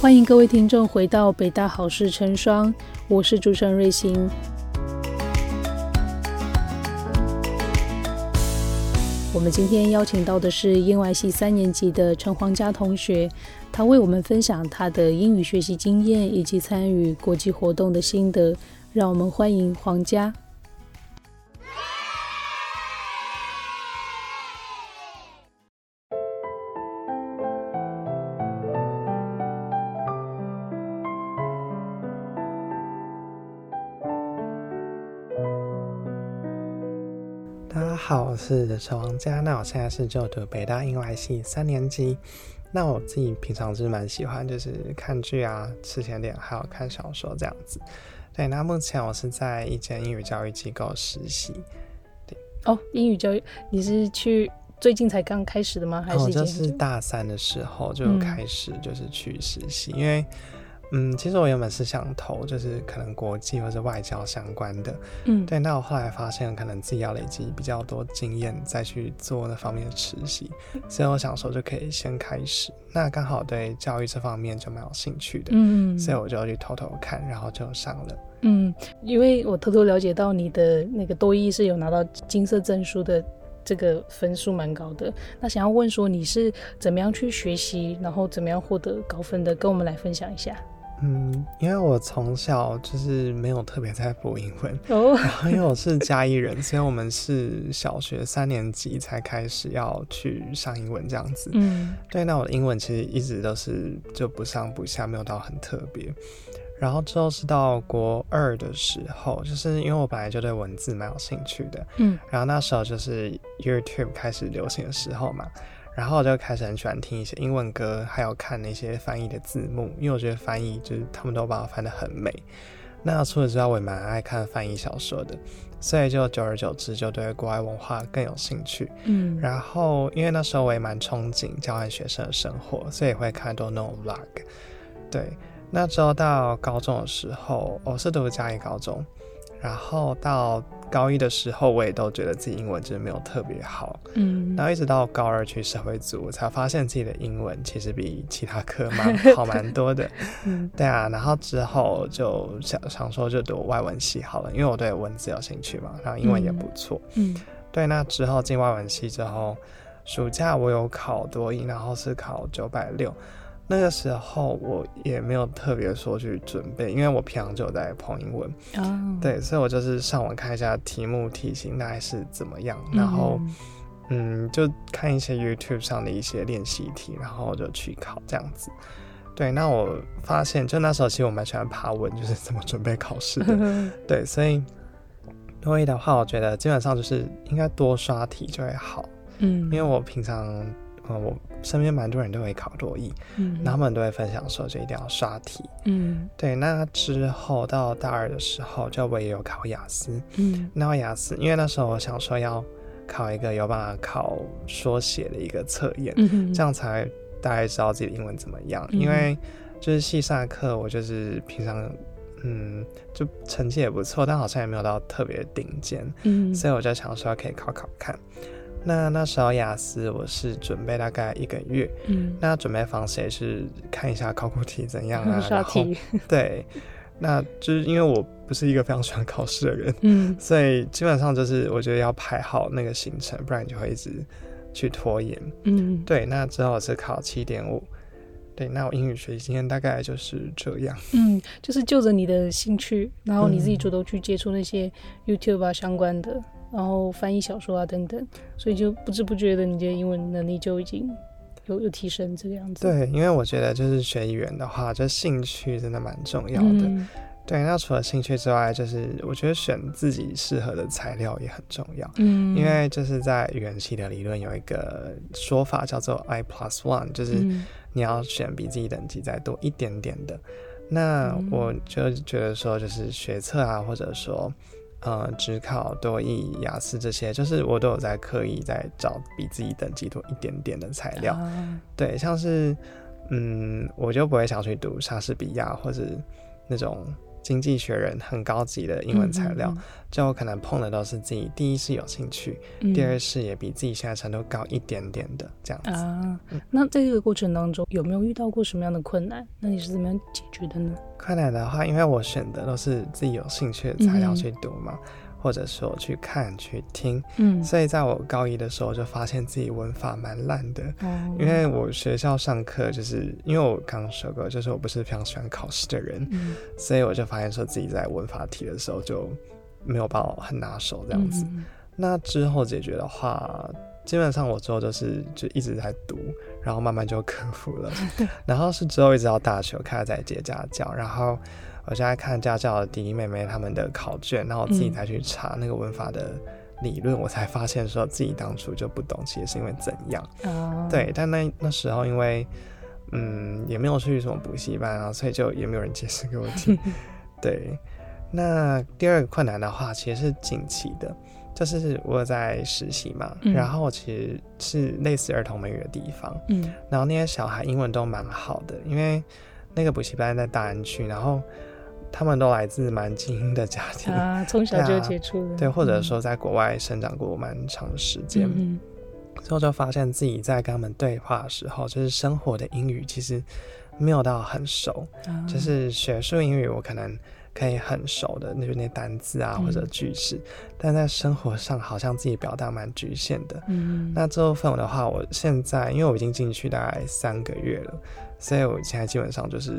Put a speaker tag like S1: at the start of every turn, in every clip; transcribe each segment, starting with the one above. S1: 欢迎各位听众回到北大好事成双，我是主持人瑞欣。我们今天邀请到的是英外系三年级的陈黄佳同学，他为我们分享他的英语学习经验以及参与国际活动的心得，让我们欢迎黄佳。
S2: 大家好，我是小王佳。那我现在是就读北大英外系三年级。那我自己平常是蛮喜欢，就是看剧啊、吃甜点，还有看小说这样子。对，那目前我是在一间英语教育机构实习。
S1: 哦，英语教育，你是去最近才刚开始的吗？还是
S2: 我
S1: 已经
S2: 就
S1: 很
S2: 哦是
S1: 久？
S2: 大三的时候就
S1: 嗯
S2: 开始就是去实习，因为嗯，其实我原本是想投就是可能国际或者外交相关的，
S1: 嗯，
S2: 对，那我后来发现，可能自己要累积比较多经验，再去做那方面的实习，所以我想说就可以先开始。那刚好对教育这方面就蛮有兴趣的，
S1: 嗯，
S2: 所以我就去偷偷看，然后就上了。
S1: 嗯，因为我偷偷了解到你的那个多益是有拿到金色证书的，这个分数蛮高的。那想要问说你是怎么样去学习，然后怎么样获得高分的，跟我们来分享一下。
S2: 嗯，因为我从小就是没有特别在补英文，
S1: 哦，
S2: 然后因为我是嘉义人，所以我们是小学三年级才开始要去上英文这样子。
S1: 嗯
S2: 对，那我的英文其实一直都是就不上不下，没有到很特别。然后之后是到国二的时候，就是因为我本来就对文字蛮有兴趣的，
S1: 嗯
S2: 然后那时候就是 YouTube 开始流行的时候嘛，然后我就开始很喜欢听一些英文歌，还有看那些翻译的字幕，因为我觉得翻译就是他们都把我翻得很美。那除此之外，我也蛮爱看翻译小说的，所以就久而久之就对国外文化更有兴趣。
S1: 嗯
S2: 然后因为那时候我也蛮憧憬交换学生的生活，所以会看很多那种 vlog。对，那之后到高中的时候，我是读嘉义高中，然后到高一的时候，我也都觉得自己英文就是没有特别好，
S1: 嗯
S2: 然后一直到高二去社会组，我才发现自己的英文其实比其他科蛮好蛮多的。
S1: 嗯
S2: 对啊，然后之后就想想说就读外文系好了，因为我对文字有兴趣嘛，然后英文也
S1: 嗯
S2: 不错。
S1: 嗯
S2: 对，那之后进外文系之后，暑假我有考多音，然后是考九百六。那个时候我也没有特别说去准备，因为我平常就有在碰英文，
S1: 哦，
S2: 对，所以我就是上网看一下题目题型大概是怎么样，然后嗯就看一些 YouTube 上的一些练习题，然后就去考这样子。对，那我发现就那时候其实我蛮喜欢爬文，就是怎么准备考试的，
S1: 嗯
S2: 对，所以多一的话，我觉得基本上就是应该多刷题就会好，因为
S1: 嗯，
S2: 我平常，呃，我身边蛮多人都会考多益，
S1: 嗯
S2: 然后他们都会分享说就一定要刷题。
S1: 嗯
S2: 对，那之后到大二的时候，就我也有考雅思，
S1: 嗯
S2: 那我雅思，因为那时候我想说要考一个有办法考说写的一个测验，
S1: 嗯，
S2: 这样才大概知道自己的英文怎么样。
S1: 嗯
S2: 因为就是系上的课，我就是平常嗯，就成绩也不错，但好像也没有到特别顶尖，
S1: 嗯
S2: 所以我就想说可以考考看。那那时候雅思我是准备大概一个月，
S1: 嗯
S2: 那准备方式也是看一下考古题怎 样啊，
S1: 刷
S2: 然后
S1: 题，
S2: 对，那就是因为我不是一个非常喜欢考试的人，
S1: 嗯
S2: 所以基本上就是我觉得要排好那个行程，不然你就会一直去拖延。
S1: 嗯
S2: 对，那之后是考七点五。对，那我英语学习经验大概就是这样。
S1: 嗯，就是就着你的兴趣，然后你自己
S2: 嗯
S1: 主动去接触那些 YouTube 啊相关的，然后翻译小说啊等等，所以就不知不觉的你的英文能力就已经有有提升这个样子。
S2: 对，因为我觉得就是学语言的话，就兴趣真的蛮重要的。
S1: 嗯，
S2: 对，那除了兴趣之外，就是我觉得选自己适合的材料也很重要。
S1: 嗯，
S2: 因为就是在语言系的理论有一个说法叫做 I plus one，就是
S1: 嗯
S2: 你要选比自己等级再多一点点的。那
S1: 嗯
S2: 我就觉得说，就是学测啊，或者说，呃，只考多益、雅思这些，就是我都有在刻意在找比自己等级多一点点的材料。
S1: 啊
S2: 对，像是，嗯，我就不会想去读莎士比亚或者那种经济学人》很高级的英文材料，最后可能碰的都是自己第一是有兴趣，
S1: 嗯，
S2: 第二
S1: 嗯
S2: 是也比自己现在程度高一点点的这样子。
S1: 啊，那在这个过程当中有没有遇到过什么样的困难？那你是怎么样解决的呢？
S2: 困难的话，因为我选的都是自己有兴趣的材料
S1: 嗯
S2: 去读嘛，或者说去看去听，
S1: 嗯，
S2: 所以在我高一的时候就发现自己文法蛮烂的。
S1: 哦
S2: 因为我学校上课，就是因为我刚刚说过，就是我不是非常喜欢考试的人，
S1: 嗯
S2: 所以我就发现说自己在文法题的时候就没有办法很拿手这样子。
S1: 嗯
S2: 那之后解决的话，基本上我之后就是就一直在读，然后慢慢就克服了。然后是之后一直到大学我开始在接家教，然后我现在看家教的弟弟妹妹他们的考卷，然后我自己
S1: 嗯
S2: 再去查那个文法的理论，我才发现说自己当初就不懂，其实是因为怎样。
S1: 啊，
S2: 对，但那那时候因为，嗯，也没有去什么补习班啊，所以就也没有人解释给我 听。对，那第二个困难的话，其实是近期的，就是我有在实习嘛，
S1: 嗯
S2: 然后其实是类似儿童美语的地方，
S1: 嗯
S2: 然后那些小孩英文都蛮好的，因为那个补习班在大安区，然后他们都来自蛮精英的家庭，
S1: 啊，从小就
S2: 对啊
S1: 接触了，
S2: 对，或者
S1: 嗯
S2: 说在国外生长过蛮长的时间。
S1: 嗯嗯
S2: 最后就发现自己在跟他们对话的时候，就是生活的英语其实没有到很熟，
S1: 啊
S2: 就是学术英语我可能可以很熟的，那就那些单字啊
S1: 嗯
S2: 或者句式，但在生活上好像自己表达蛮局限的。
S1: 嗯
S2: 那这部分的话，我现在因为我已经进去大概三个月了，所以我现在基本上就是。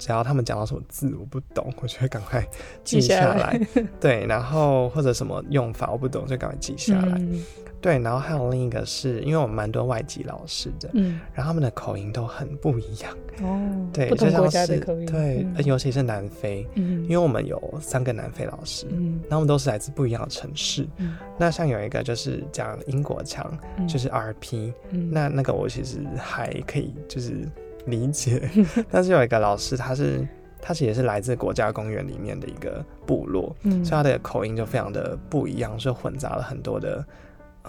S2: 只要他们讲到什么字我不懂，我就会赶快
S1: 记
S2: 记
S1: 下
S2: 下来。对，然后或者什么用法我不懂，就赶快记下来。
S1: 嗯
S2: 对，然后还有另一个是因为我们蛮多外籍老师的，
S1: 嗯
S2: 然后他们的口音都很不一样，
S1: 哦，
S2: 对，
S1: 不
S2: 就
S1: 同国
S2: 像
S1: 家
S2: 是
S1: 的口音，
S2: 对，
S1: 嗯
S2: 呃尤其是南非，
S1: 嗯，
S2: 因为我们有三个南非老师，
S1: 嗯
S2: 然后我们都是来自不一样的城市。
S1: 嗯
S2: 那像有一个就是讲英国腔，
S1: 嗯
S2: 就是 RP，、
S1: 嗯
S2: 那那个我其实还可以就是理 解，但是有一个老师他是。他其实是来自国家公园里面的一个部落，
S1: 嗯
S2: 所以他的口音就非常的不一样，所以混杂了很多的，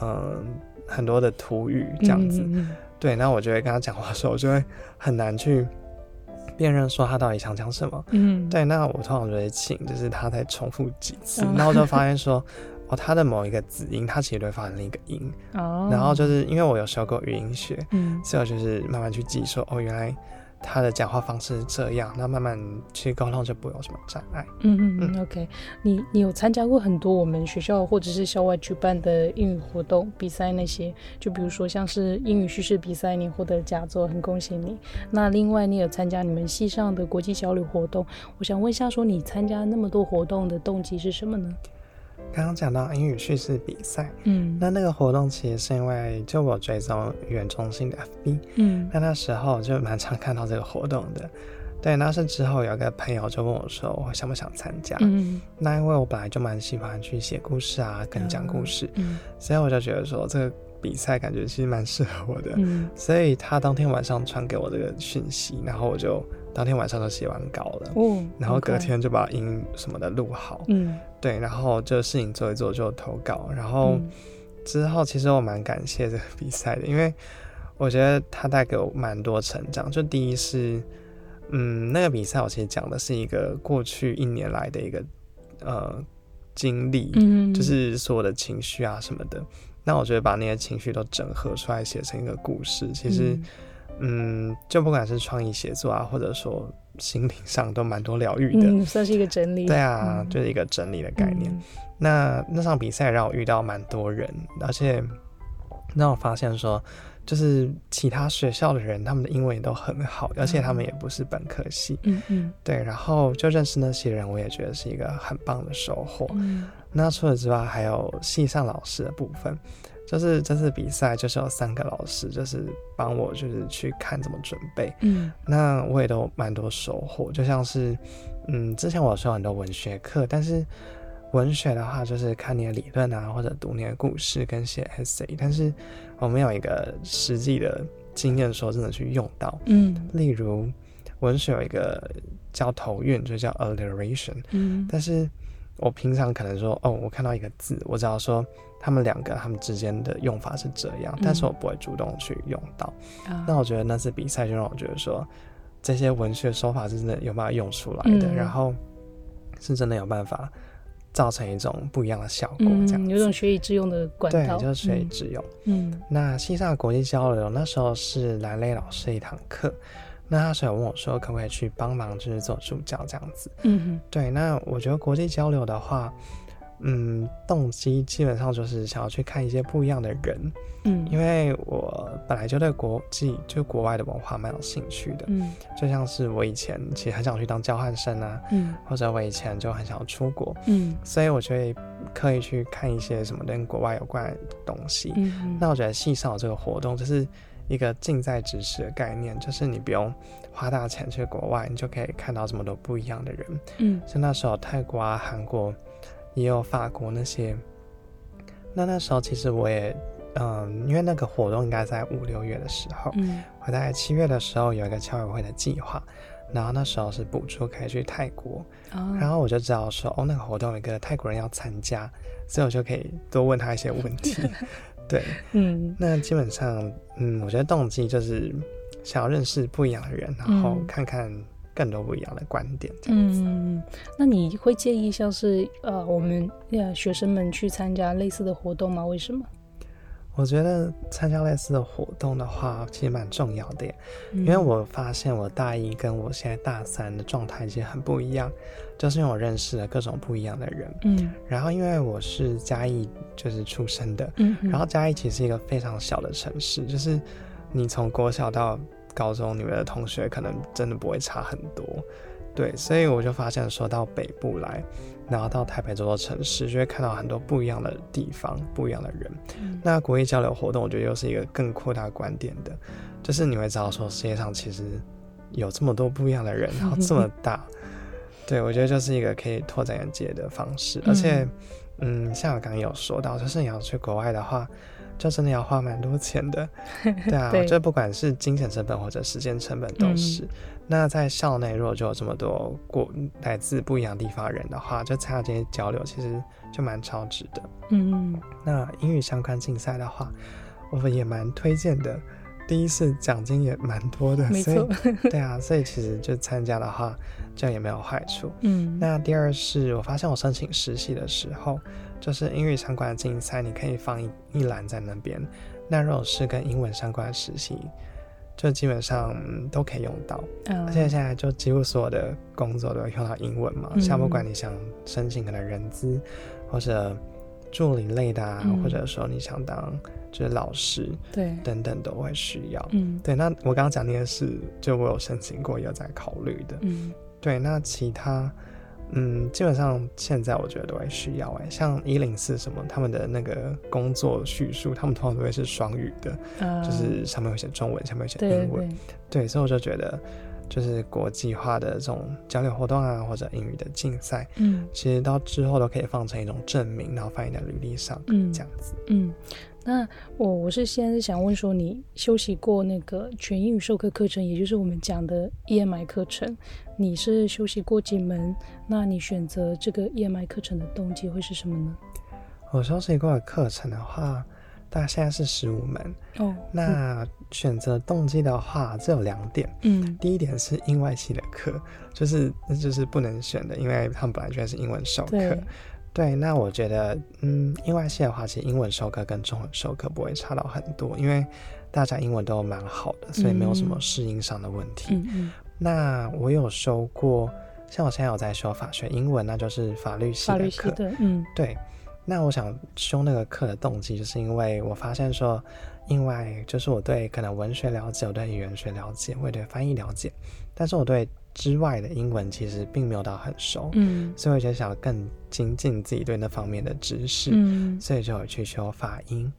S2: 嗯，很多的土语这样子。
S1: 嗯嗯
S2: 对，然后我就会跟他讲话的时候，我就会很难去辨认说他到底想讲什么。
S1: 嗯，
S2: 对，那我通常就会请，就是他再重复几次，
S1: 嗯
S2: 然后我就发现说，哦，他的某一个子音，他其实都会发成一个音。
S1: 哦，
S2: 然后就是因为我有修过语音学，
S1: 嗯
S2: 所以我就是慢慢去记说，哦，原来他的讲话方式是这样，那慢慢去沟通就不会有什么障碍。
S1: 嗯嗯嗯，OK，你你有参加过很多我们学校或者是校外举办的英语活动比赛那些，就比如说像是英语叙事比赛，你获得佳作，很恭喜你。那另外你有参加你们系上的国际交流活动，我想问一下，说你参加那么多活动的动机是什么呢？
S2: 刚刚讲到英语叙事比赛，
S1: 嗯
S2: 那那个活动其实是因为就我追踪语言中心的 FB，
S1: 嗯
S2: 那那时候就蛮常看到这个活动的。 对，那是之后有个朋友就问我说，我想不想参加？
S1: 嗯
S2: 那因为我本来就蛮喜欢去写故事啊，跟讲故事，
S1: 嗯
S2: 所以我就觉得说这个比赛感觉其实蛮适合我的。
S1: 嗯
S2: 所以他当天晚上传给我这个讯息，然后我就当天晚上就写完稿了，
S1: 哦，
S2: 然后
S1: 很快
S2: 隔天就把音什么的录好，
S1: 嗯
S2: 对，然后这事情做一做就投稿，然后
S1: 嗯
S2: 之后其实我蛮感谢这个比赛的，因为我觉得它带给我蛮多成长。就第一是，嗯，那个比赛我其实讲的是一个过去一年来的一个呃经历，
S1: 嗯
S2: 就是所有的情绪啊什么的。那我觉得把那些情绪都整合出来，写成一个故事，其实嗯就不管是创意写作啊，或者说心灵上都蛮多疗愈的。
S1: 嗯算是一个整理
S2: 对啊，
S1: 嗯
S2: 就是一个整理的概念。
S1: 嗯
S2: 那那场比赛让我遇到蛮多人，而且让我发现说，就是其他学校的人，他们的英文也都很好，而且他们也不是本科系，
S1: 嗯嗯
S2: 对。然后就认识那些人，我也觉得是一个很棒的收获。
S1: 嗯
S2: 那除此之外，还有系上老师的部分，就是这次比赛就是有三个老师，就是帮我就是去看怎么准备。
S1: 嗯
S2: 那我也都蛮多收获，就像是，嗯，之前我有修很多文学课，但是文学的话就是看你的理论啊，或者读你的故事跟写 essay，但是我没有一个实际的经验说真的去用到。
S1: 嗯
S2: 例如，文学有一个叫头韵，就叫 alliteration，
S1: 嗯
S2: 但是我平常可能说，哦，我看到一个字，我只要说他们两个他们之间的用法是这样，但是
S1: 嗯
S2: 我不会主动去用到。
S1: 啊
S2: 那我觉得那次比赛就让我觉得说，这些文学手法是真的有办法用出来的。
S1: 嗯
S2: 然后是真的有办法造成一种不一样的效果，这样
S1: 嗯，
S2: 子
S1: 有种学以致用的管
S2: 对
S1: 道，，
S2: 就是学以致用。
S1: 嗯，嗯
S2: 那西藏国际交流那时候是兰雷老师一堂课，那他是有问我说可不可以去帮忙，就是做助教这样子。
S1: 嗯
S2: 对，那我觉得国际交流的话，嗯，动机基本上就是想要去看一些不一样的人，
S1: 嗯，
S2: 因
S1: 为
S2: 为我本来就对国际就国外的文化蛮有兴趣的，
S1: 嗯
S2: 就像是我以前其实很想去当交换生啊，
S1: 嗯
S2: 或者我以前就很想要出国，
S1: 嗯
S2: 所以我就会刻意去看一些什么跟国外有关的东西。
S1: 嗯，
S2: 那我觉得系上有这个活动就是一个近在咫尺的概念，就是你不用花大钱去国外，你就可以看到这么多不一样的人。
S1: 嗯
S2: 像那时候泰国啊、韩国，也有法国那些。那那时候其实我也，嗯，因为那个活动应该在五六月的时候，
S1: 嗯
S2: 我在七月的时候有一个校友会的计划，然后那时候是补助可以去泰国，
S1: 啊，
S2: 然后我就知道说，哦，那个活动有一个泰国人要参加，所以我就可以多问他一些问 题。对，
S1: 嗯
S2: 那基本上，嗯，我觉得动机就是想要认识不一样的人，然后
S1: 嗯
S2: 看看更多不一样的观点。这样子。
S1: 嗯，那你会建议像是呃我们呃学生们去参加类似的活动吗？为什么？
S2: 我觉得参加类似的活动的话，其实蛮重要的耶，
S1: 因
S2: 嗯因为我发现我大一跟我现在大三的状态其实很不一样，就是因为我认识了各种不一样的人。
S1: 嗯
S2: 然后因为我是嘉义就是出生的，
S1: 嗯，
S2: 然后嘉义其实是一个非常小的城市，就是你从国小到高中，你们的同学可能真的不会差很多。对，所以我就发现说到北部来，然后到台北这座城市，就会看到很多不一样的地方、不一样的人。
S1: 嗯
S2: 那国际交流活动，我觉得又是一个更扩大观点的，就是你会知道说世界上其实有这么多不一样的人，然后这么大，对我觉得就是一个可以拓展眼界的方式。而且，嗯，像我刚刚有说到，就是你要去国外的话，就真的要花蛮多钱的，对 啊，
S1: 对嗯
S2: 我觉得不管是金钱成本或者时间成本都是。那在校内如果就有这么多过来自不一样地方的人的话，就参加这些交流其实就蛮超值的。
S1: 嗯
S2: 那英语相关竞赛的话，我们也蛮推荐的。第一是奖金也蛮多的，
S1: 没
S2: 所
S1: 错
S2: 以对啊，所以其实就参加的话，这样也没有坏处。
S1: 嗯，
S2: 那第二是我发现我申请实习的时候，就是英语相关的竞赛，你可以放一一栏在那边。那如果是跟英文相关的实习，就基本上、嗯都可以用到。
S1: 啊
S2: 而且现在就几乎所有的工作都会用到英文嘛，
S1: 嗯
S2: 像不管你想申请可能人资或者助理类的啊，
S1: 嗯
S2: 或者说你想当就是老师
S1: 对，
S2: 等等都会需要。
S1: 嗯
S2: 对，那我刚刚讲那些事，就我有申请过，也有在考虑的。
S1: 嗯
S2: 对，那其他，嗯，基本上现在我觉得都会需要哎、像一零四什么他们的那个工作叙述，他们通常都会是双语的，
S1: 啊，
S2: 就是上面会写中文，下面会写
S1: 对对
S2: 英文
S1: 对。，
S2: 对，嗯所以我就觉得，就是国际化的这种交流活动啊，或者英语的竞赛，
S1: 嗯
S2: 其实到之后都可以放成一种证明，然后放你的履历上，
S1: 嗯
S2: 这样子。
S1: 嗯，那我我是先想问说，你修习过那个全英语授课课程，也就是我们讲的 EMI 课程，你是修习过几门？那你选择这个 EMI 课程的动机会是什么呢？
S2: 我休息过的课程的话，大概现在是十五门。
S1: 哦，
S2: 那选择动机的话，只有两点。
S1: 嗯
S2: 第一点是英外系的课，就是那就是不能选的，因为他们本来就就是英文授课
S1: 对。
S2: 对，那我觉得，嗯，英外系的话，其实英文授课跟中文授课不会差到很多，因为大家英文都蛮好的，所以没有什么
S1: 嗯
S2: 适应上的问题。
S1: 嗯嗯，
S2: 那我有修过，像我现在有在修法学英文，那就是法律系
S1: 法律
S2: 的
S1: 系
S2: 课。
S1: 的，嗯
S2: 对，那我想修那个课的动机，就是因为我发现说，因为就是我对可能文学了解，我对语言学了解，我也对翻译了解，但是我对之外的英文其实并没有到很熟，
S1: 嗯
S2: 所以我就想要更精进自己对那方面的知识，
S1: 嗯
S2: 所以就有去修法音。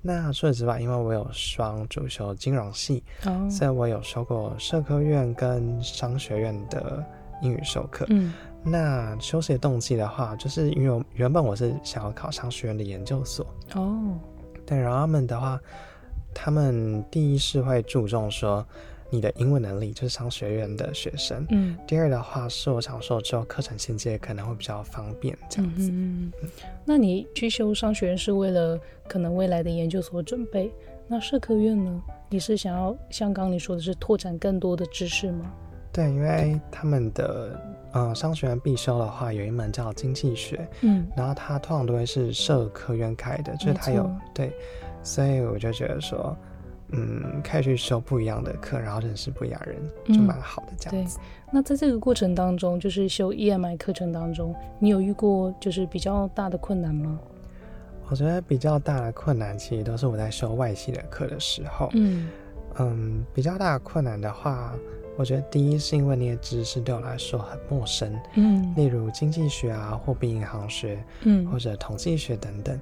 S2: 那除此之外，因为我有双主修金融系，
S1: 哦，
S2: 所以我有修过社科院跟商学院的英语授课。
S1: 嗯
S2: 那休息的动机的话，就是因为我原本我是想要考商学院的研究所，
S1: 哦，
S2: 对，然后他们的话，他们第一是会注重说你的英文能力，就是商学院的学生。
S1: 嗯
S2: 第二的话是我想说，只有课程衔接可能会比较方便
S1: 嗯
S2: 这样子。
S1: 嗯，嗯那你去修商学院是为了可能未来的研究所准备，那社科院呢？你是想要像刚刚你说的是拓展更多的知识吗？
S2: 对，因为他们的嗯、呃商学院必修的话，有一门叫经济学，
S1: 嗯，
S2: 然后它通常都会是社科院开的，就是
S1: 没
S2: 它有
S1: 错
S2: 对，所以我就觉得说，嗯，可以去修不一样的课，然后认识不一样的人，就
S1: 嗯
S2: 蛮好的这样
S1: 对
S2: 子。
S1: 那在这个过程当中，就是修 EMI 课程当中，你有遇过就是比较大的困难吗？
S2: 我觉得比较大的困难，其实都是我在修外系的课的时候，
S1: 嗯
S2: 嗯，比较大的困难的话，我觉得第一是因为那些知识对我来说很陌生，
S1: 嗯
S2: 例如经济学啊、货币银行学或
S1: 嗯
S2: 者统计学等等。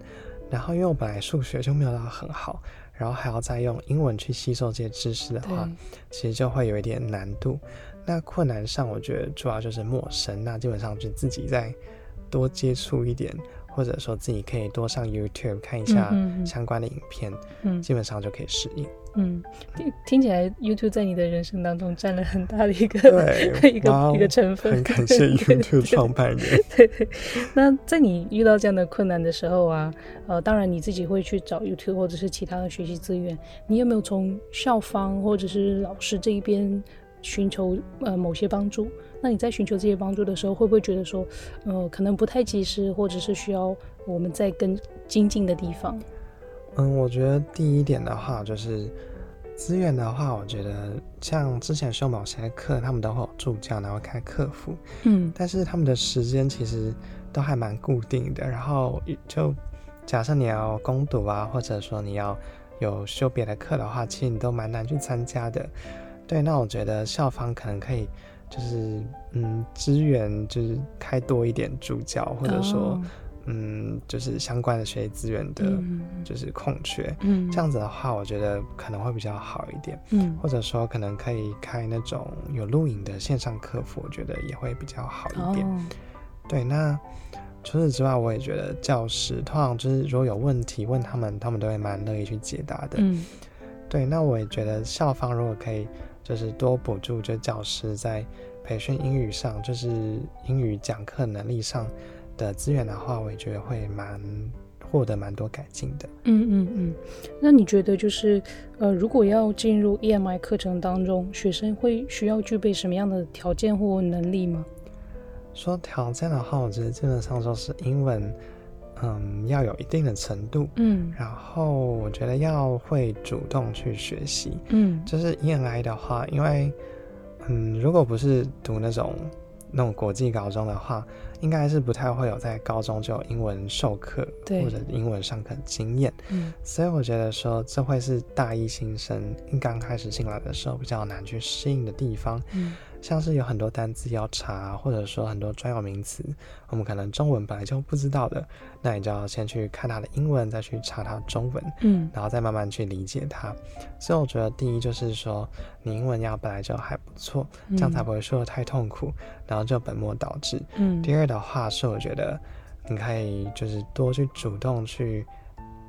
S2: 然后因为我本来数学就没有到很好，然后还要再用英文去吸收这些知识的话，
S1: 对
S2: 其实就会有一点难度。那困难上，我觉得主要就是陌生，那基本上就自己再多接触一点，或者说自己可以多上 YouTube 看一下
S1: 嗯嗯嗯
S2: 相关的影片，
S1: 嗯
S2: 基本上就可以适应。
S1: 嗯，听听起来 YouTube 在你的人生当中占了很大的一个
S2: 对，
S1: 一个
S2: 哇哦
S1: 一个成分，
S2: 很 感谢
S1: 对
S2: YouTube 创办人。
S1: 对对， 那在你遇到这样的困难的时候啊，呃，当然你自己会去找 YouTube 或者是其他的学习资源，你有没有从校方或者是老师这一边寻求呃某些帮助？那你在寻求这些帮助的时候，会不会觉得说，呃，可能不太及时，或者是需要我们再更精进的地方？
S2: 嗯，我觉得第一点的话就是资源的话，我觉得像之前修某些课，他们都会有助教，然后开客服，
S1: 嗯
S2: 但是他们的时间其实都还蛮固定的。然后也就假设你要攻读啊，或者说你要有修别的课的话，其实你都蛮难去参加的。对，那我觉得校方可能可以就是嗯支援，就是开多一点助教，或者说、
S1: 哦
S2: 嗯就是相关的学习资源的
S1: 嗯
S2: 就是空缺。
S1: 嗯
S2: 这样子的话，我觉得可能会比较好一点，
S1: 嗯
S2: 或者说可能可以开那种有录影的线上客服，我觉得也会比较好一点。
S1: 哦
S2: 对，那除此之外，我也觉得教师通常就是如果有问题问他们，他们都会蛮乐意去解答的。
S1: 嗯
S2: 对，那我也觉得校方如果可以，就是多补助，就教师在培训英语上，就是英语讲课能力上的资源的话，我也觉得会蛮获得蛮多改进的。
S1: 嗯嗯嗯，那你觉得就是呃，如果要进入 EMI 课程当中，学生会需要具备什么样的条件或能力吗？
S2: 说条件的话，我觉得基本上就是英文，嗯，要有一定的程度，
S1: 嗯
S2: 然后我觉得要会主动去学习。
S1: 嗯
S2: 就是 EMI 的话，因为嗯，如果不是读那种那种国际高中的话，应该是不太会有在高中就有英文授课
S1: 对
S2: 或者英文上课经验，
S1: 嗯
S2: 所以我觉得说这会是大一新生刚开始进来的时候比较难去适应的地方。
S1: 嗯
S2: 像是有很多单词要查，或者说很多专有名词，我们可能中文本来就不知道的，那你就要先去看它的英文，再去查它的中文，
S1: 嗯
S2: 然后再慢慢去理解它。所以我觉得第一就是说，你英文要本来就还不错，这样才不会说的太痛苦，然后就本末倒置。
S1: 嗯
S2: 第二的话是我觉得你可以就是多去主动去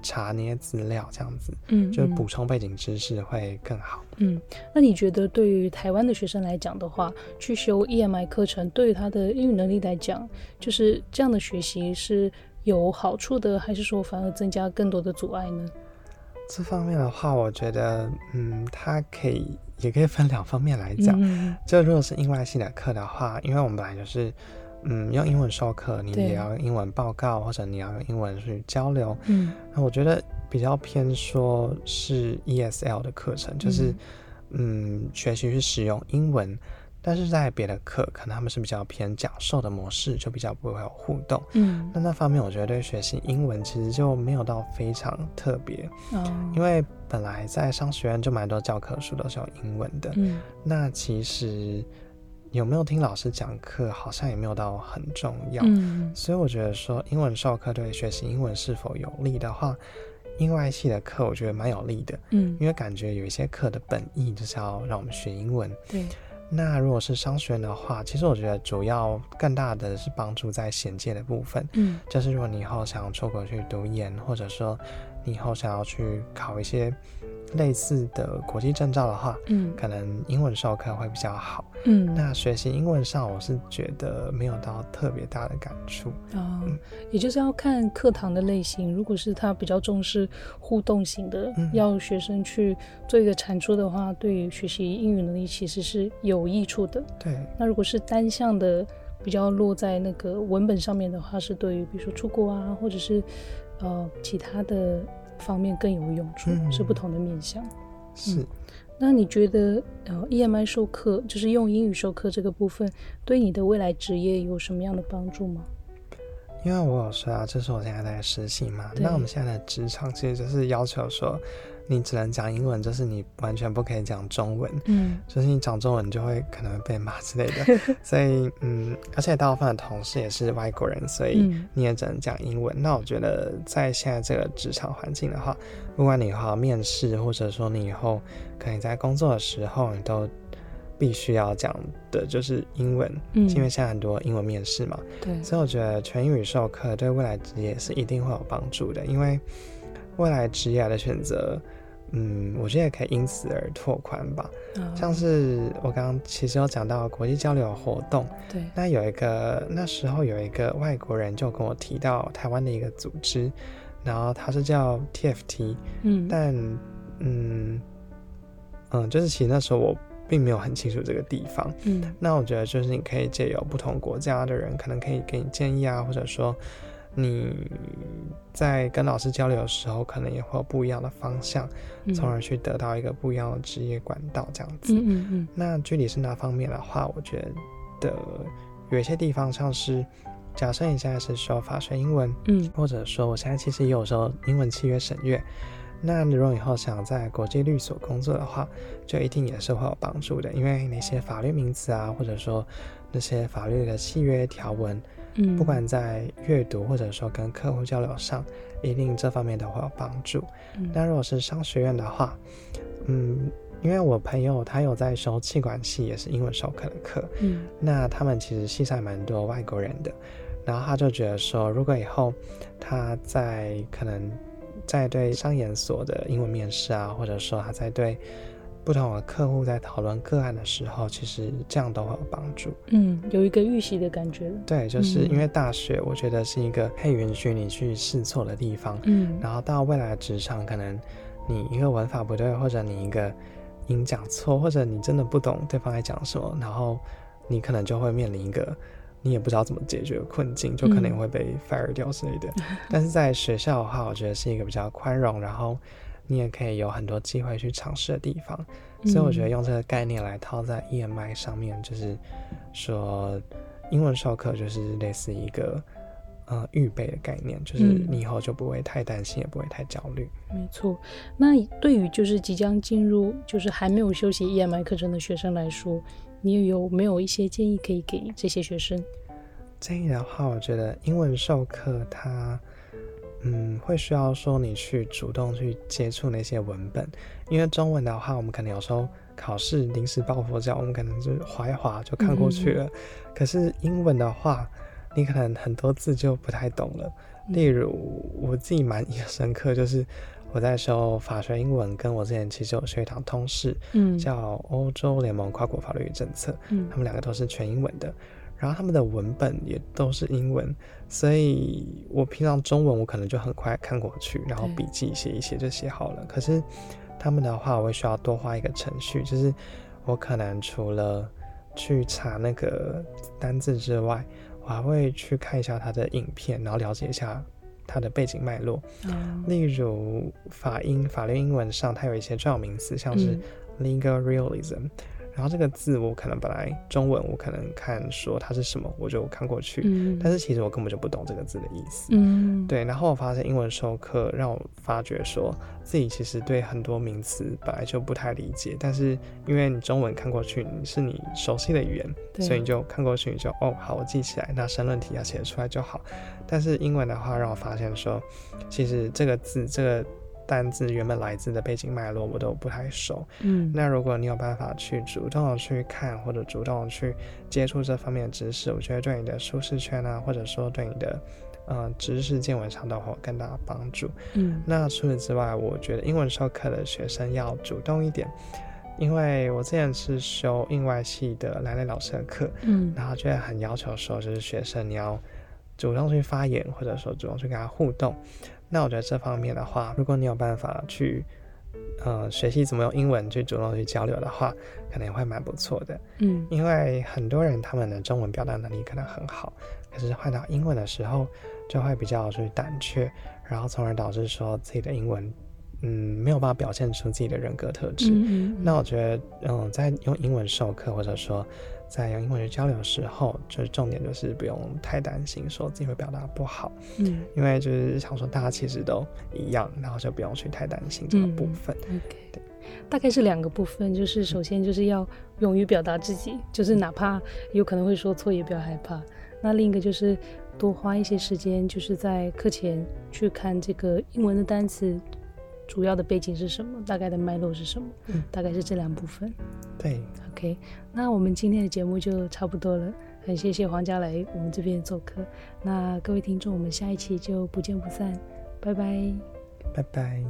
S2: 查那些资料，这样子
S1: 嗯
S2: 就是补充背景知识会更好。
S1: 嗯，那你觉得对于台湾的学生来讲的话，去修 EMI 课程对于他的英语能力来讲，就是这样的学习是有好处的，还是说反而增加更多的阻碍呢？
S2: 这方面的话，我觉得，嗯，它可以也可以分两方面来讲。
S1: 嗯
S2: 就如果是英外系的课的话，因为我们本来就是，嗯，用英文授课，你
S1: 对
S2: 也要用英文报告，或者你要用英文去交流。
S1: 嗯
S2: 那我觉得比较偏说是 ESL 的课程，就是，嗯学习去使用英文。但是在别的课，可能他们是比较偏讲授的模式，就比较不会有互动。
S1: 嗯
S2: 那那方面，我觉得对学习英文其实就没有到非常特别。
S1: 啊
S2: 因为本来在商学院就蛮多教科书都是有英文的，
S1: 嗯
S2: 那其实有没有听老师讲课，好像也没有到很重要。
S1: 嗯
S2: 所以我觉得说，英文授课对学习英文是否有利的话，英外系的课我觉得蛮有利的，
S1: 嗯
S2: 因为感觉有一些课的本意就是要让我们学英文。
S1: 对
S2: 那如果是商学院的话，其实我觉得主要更大的是帮助在衔接的部分，
S1: 嗯
S2: 就是如果你以后想出国去读研，或者说你以后想要去考一些类似的国际证照的话，
S1: 嗯
S2: 可能英文授课会比较好。
S1: 嗯，
S2: 那学习英文上，我是觉得没有到特别大的感触。
S1: 啊
S2: 嗯，
S1: 也就是要看课堂的类型。如果是他比较重视互动型的，
S2: 嗯
S1: 要学生去做一个产出的话，对于学习英语能力其实是有益处的。
S2: 对，
S1: 那如果是单向的，比较落在那个文本上面的话，是对于比如说出国啊，或者是呃其他的方面更有用处，
S2: 嗯
S1: 是不同的面向。
S2: 是。
S1: 那你觉得呃 EMI 授课，就是用英语授课这个部分，对你的未来职业有什么样的帮助吗？
S2: 因为我有说啊，这是我现在在实习嘛，
S1: 对
S2: 那我们现在的职场其实就是要求说，你只能讲英文，就是你完全不可以讲中文，
S1: 嗯
S2: 就是你讲中文就会可能会被骂之类 的，所以嗯，而且大部分的同事也是外国人，所以
S1: 嗯
S2: 你也只能讲英文。那我觉得在现在这个职场环境的话，不管你以后要面试，或者说你以后可能在工作的时候，你都必须要讲的就是英文，
S1: 嗯，
S2: 是因为现在很多英文面试嘛。
S1: 对，
S2: 所以我觉得全英语授课对未来职业是一定会有帮助的，因为未来职业的选择，嗯，我觉得也可以因此而拓宽吧。
S1: 啊
S2: 像是我刚刚其实有讲到国际交流活动，
S1: 对，
S2: 那有一个那时候有一个外国人就跟我提到台湾的一个组织，然后它是叫 TFT，
S1: 嗯，
S2: 但嗯嗯，就是其实那时候我并没有很清楚这个地方。
S1: 嗯
S2: 那我觉得就是你可以借由不同国家的人，可能可以给你建议啊，或者说你在跟老师交流的时候，可能也会有不一样的方向，
S1: 嗯
S2: 从而去得到一个不一样的职业管道这样子。
S1: 嗯嗯嗯
S2: 那具体是哪方面的话，我觉得呃有一些地方像是，假设你现在是修法学英文，
S1: 嗯
S2: 或者说我现在其实也有时候英文契约审阅。那如果以后想在国际律所工作的话，就一定也是会有帮助的，因为那些法律名词啊，或者说那些法律的契约条文，
S1: 嗯，
S2: 不管在阅读或者说跟客户交流上，一定这方面都会有帮助。
S1: 嗯
S2: 那如果是商学院的话，嗯，因为我朋友他有在修气管系，也是英文授课的课，
S1: 嗯
S2: 那他们其实系上蛮多外国人的，然后他就觉得说，如果以后他在可能在对商研所的英文面试啊，或者说他在对不同的客户在讨论个案的时候，其实这样都会有帮助。
S1: 嗯，有一个预习的感觉了，
S2: 对，就是
S1: 嗯
S2: 因为大学我觉得是一个可以允许你去试错的地方，
S1: 嗯
S2: 然后到未来的职场，可能你一个文法不对，或者你一个音讲错，或者你真的不懂对方在讲什么，然后你可能就会面临一个你也不知道怎么解决的困境，就可能
S1: 嗯
S2: 会被 fire 掉之类的。但是在学校的话，我觉得是一个比较宽容，然后你也可以有很多机会去尝试的地方。所以我觉得
S1: 嗯
S2: 用这个概念来套在 EMI 上面，就是说英文授课就是类似一个呃预备的概念，就是
S1: 嗯
S2: 你以后就不会太担心，也不会太焦虑。
S1: 没错。那对于就是即将进入就是还没有修习 EMI 课程的学生来说，你有没有一些建议可以给这些学生？
S2: 建议的话，我觉得英文授课它。嗯，会需要说你去主动去接触那些文本，因为中文的话，我们可能有时候考试临时抱佛脚，我们可能就是划一划就看过去了。可是英文的话，你可能很多字就不太懂了。例如，我自己蛮 印象深刻，就是我在修法学英文，跟我之前其实有学一堂通识，
S1: 嗯
S2: 叫《欧洲联盟跨国法律与政策》，
S1: 嗯
S2: 他们两个都是全英文的，然后他们的文本也都是英文，所以我平常中文我可能就很快看过去，然后
S1: 对
S2: 笔记写一写就写好了。可是他们的话，我会需要多花一个程序，就是我可能除了去查那个单字之外，我还会去看一下它的影片，然后了解一下它的背景脉络。
S1: 啊
S2: 例如法英法律英文上，它有一些专有名词，像是
S1: 嗯
S2: legal realism、然后这个字我可能本来中文我可能看说它是什么，我就看过去，
S1: 嗯，
S2: 但
S1: 是
S2: 是其实我根本就不懂这个字的意思。
S1: 嗯
S2: 对，然后我发现英文授课让我发觉说自己其实对很多名词本来就不太理解，但是因为你中文看过去你是你熟悉的语言，
S1: 对
S2: 所以你就看过去你就哦好，我记起来，那申论题要写出来就好。但是英文的话，让我发现说，其实这个字这个单字原本来自的背景脉络我都不太熟。
S1: 嗯
S2: 那如果你有办法去主动的去看或者主动的去接触这方面的知识，我觉得对你的舒适圈啊，或者说对你的呃知识见闻上都会有更大的帮助。
S1: 嗯
S2: 那除此之外，我觉得英文授课的学生要主动一点，因为我之前是修英外系的兰蕾老师的课，
S1: 嗯
S2: 然后就会很要求说，就是学生你要主动去发言，或者说主动去跟他互动。那我觉得这方面的话，如果你有办法去，呃，学习怎么用英文去主动去交流的话，可能会蛮不错的。
S1: 嗯
S2: 因为很多人他们的中文表达能力可能很好，可是换到英文的时候就会比较去胆怯，然后从而导致说自己的英文，嗯，没有办法表现出自己的人格特质。
S1: 嗯
S2: 那我觉得，嗯，在用英文授课或者说在用英文去交流的时候，就是重点就是不用太担心说自己会表达不好，
S1: 嗯
S2: 因为就是想说大家其实都一样，然后就不用去太担心这个部
S1: 嗯
S2: 分。
S1: OK，大概是两个部分，就是首先就是要勇于表达自己，就是哪怕有可能会说错，也不要害怕。那另一个就是多花一些时间，就是在课前去看这个英文的单词。主要的背景是什么？大概的脉络是什么？
S2: 嗯
S1: 大概是这两部分。
S2: 对，
S1: OK，那我们今天的节目就差不多了，很谢谢黄家来我们这边做客。那各位听众，我们下一期就不见不散，拜拜。
S2: 拜拜。